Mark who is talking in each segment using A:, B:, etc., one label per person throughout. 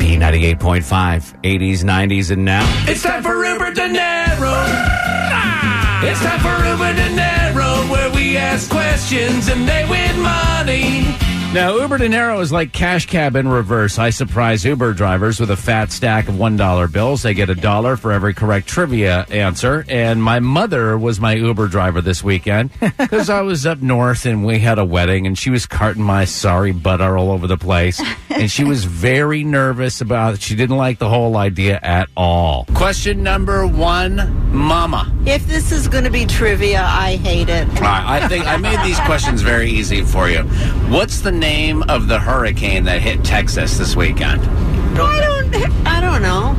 A: P98.5, 80s, 90s, and now.
B: It's time for Rupert De Niro. Ah! It's time for Rupert De Niro, where we ask questions and they win money.
A: Now, Uber Dinero is like Cash Cab in reverse. I surprise Uber drivers with a fat stack of $1 bills. They get a dollar for every correct trivia answer. And my mother was my Uber driver this weekend because I was up north and we had a wedding and she was carting my sorry butt all over the place. And she was very nervous about it. She didn't like the whole idea at all. Question number one Mama.
C: If this is going to be trivia, I hate it.
A: All right, I think I made these questions very easy for you. What's the name of the hurricane that hit Texas this weekend?
C: I don't. I don't know.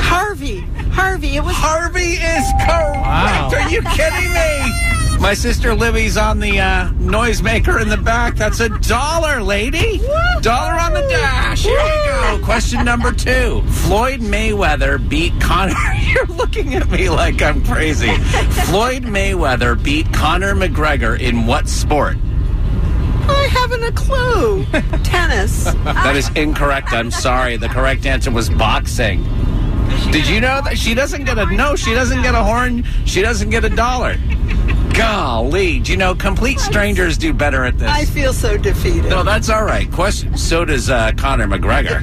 C: Harvey. Harvey. It was.
A: Harvey is correct.
D: Wow.
A: Are you kidding me? My sister Libby's on the uh, noisemaker in the back. That's a dollar, lady. Dollar on the dash. Here you go. Question number two. Floyd Mayweather beat Conor. You're looking at me like I'm crazy. Floyd Mayweather beat Conor McGregor in what sport?
C: I haven't a clue. Tennis.
A: That is incorrect. I'm sorry. The correct answer was boxing. Did you know that she doesn't get a no? She doesn't get a horn. She doesn't get a dollar. Golly, do you know complete strangers do better at this?
C: I feel so defeated.
A: No, that's all right. Question. So does uh, Conor McGregor.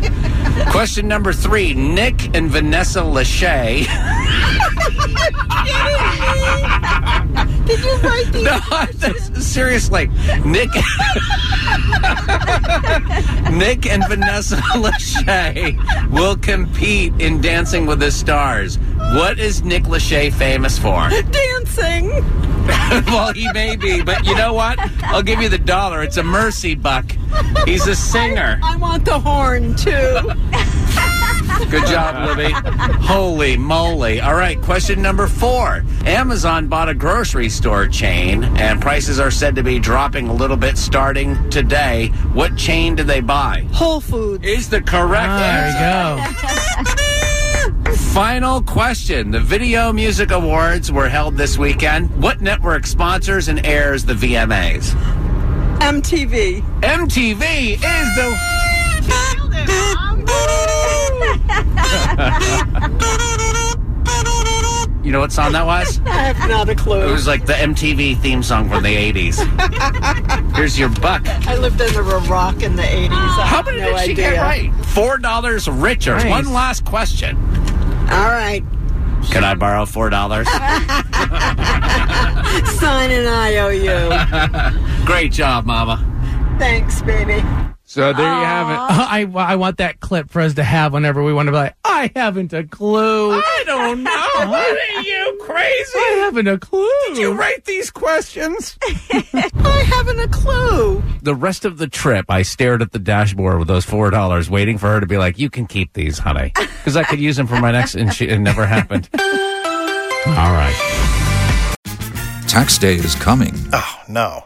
A: Question number three: Nick and Vanessa Lachey.
C: Did you write these?
A: No, that's- seriously, Nick, Nick and Vanessa Lachey will compete in Dancing with the Stars. What is Nick Lachey famous for?
C: Dancing.
A: well, he may be, but you know what? I'll give you the dollar. It's a mercy buck. He's a singer.
C: I want the horn too.
A: Good job, Libby. Holy moly. All right, question number four. Amazon bought a grocery store chain, and prices are said to be dropping a little bit starting today. What chain did they buy?
C: Whole Foods.
A: Is the correct answer.
D: Ah, There you go.
A: Final question. The Video Music Awards were held this weekend. What network sponsors and airs the VMAs?
C: MTV.
A: MTV is the. You know what song that was?
C: I have not a
A: It
C: clue.
A: was like the MTV theme song from the 80s. Here's your buck.
C: I lived under a rock in the 80s. I
A: How
C: have
A: many
C: no
A: did she
C: idea.
A: get right? Four dollars richer.
D: Nice.
A: One last question.
C: All right.
A: Can I borrow four dollars?
C: Sign an IOU.
A: Great job, Mama.
C: Thanks, baby.
D: So there you have it. Uh, I, I want that clip for us to have whenever we want to be like, I haven't a clue.
A: I don't know. Are you
D: I
A: crazy?
D: haven't a clue.
A: write these questions?
C: I haven't a clue.
A: The rest of the trip, I stared at the dashboard with those four dollars, waiting for her to be like, "You can keep these, honey," because I could use them for my next. And she, it never happened. All right.
E: Tax day is coming.
F: Oh, no.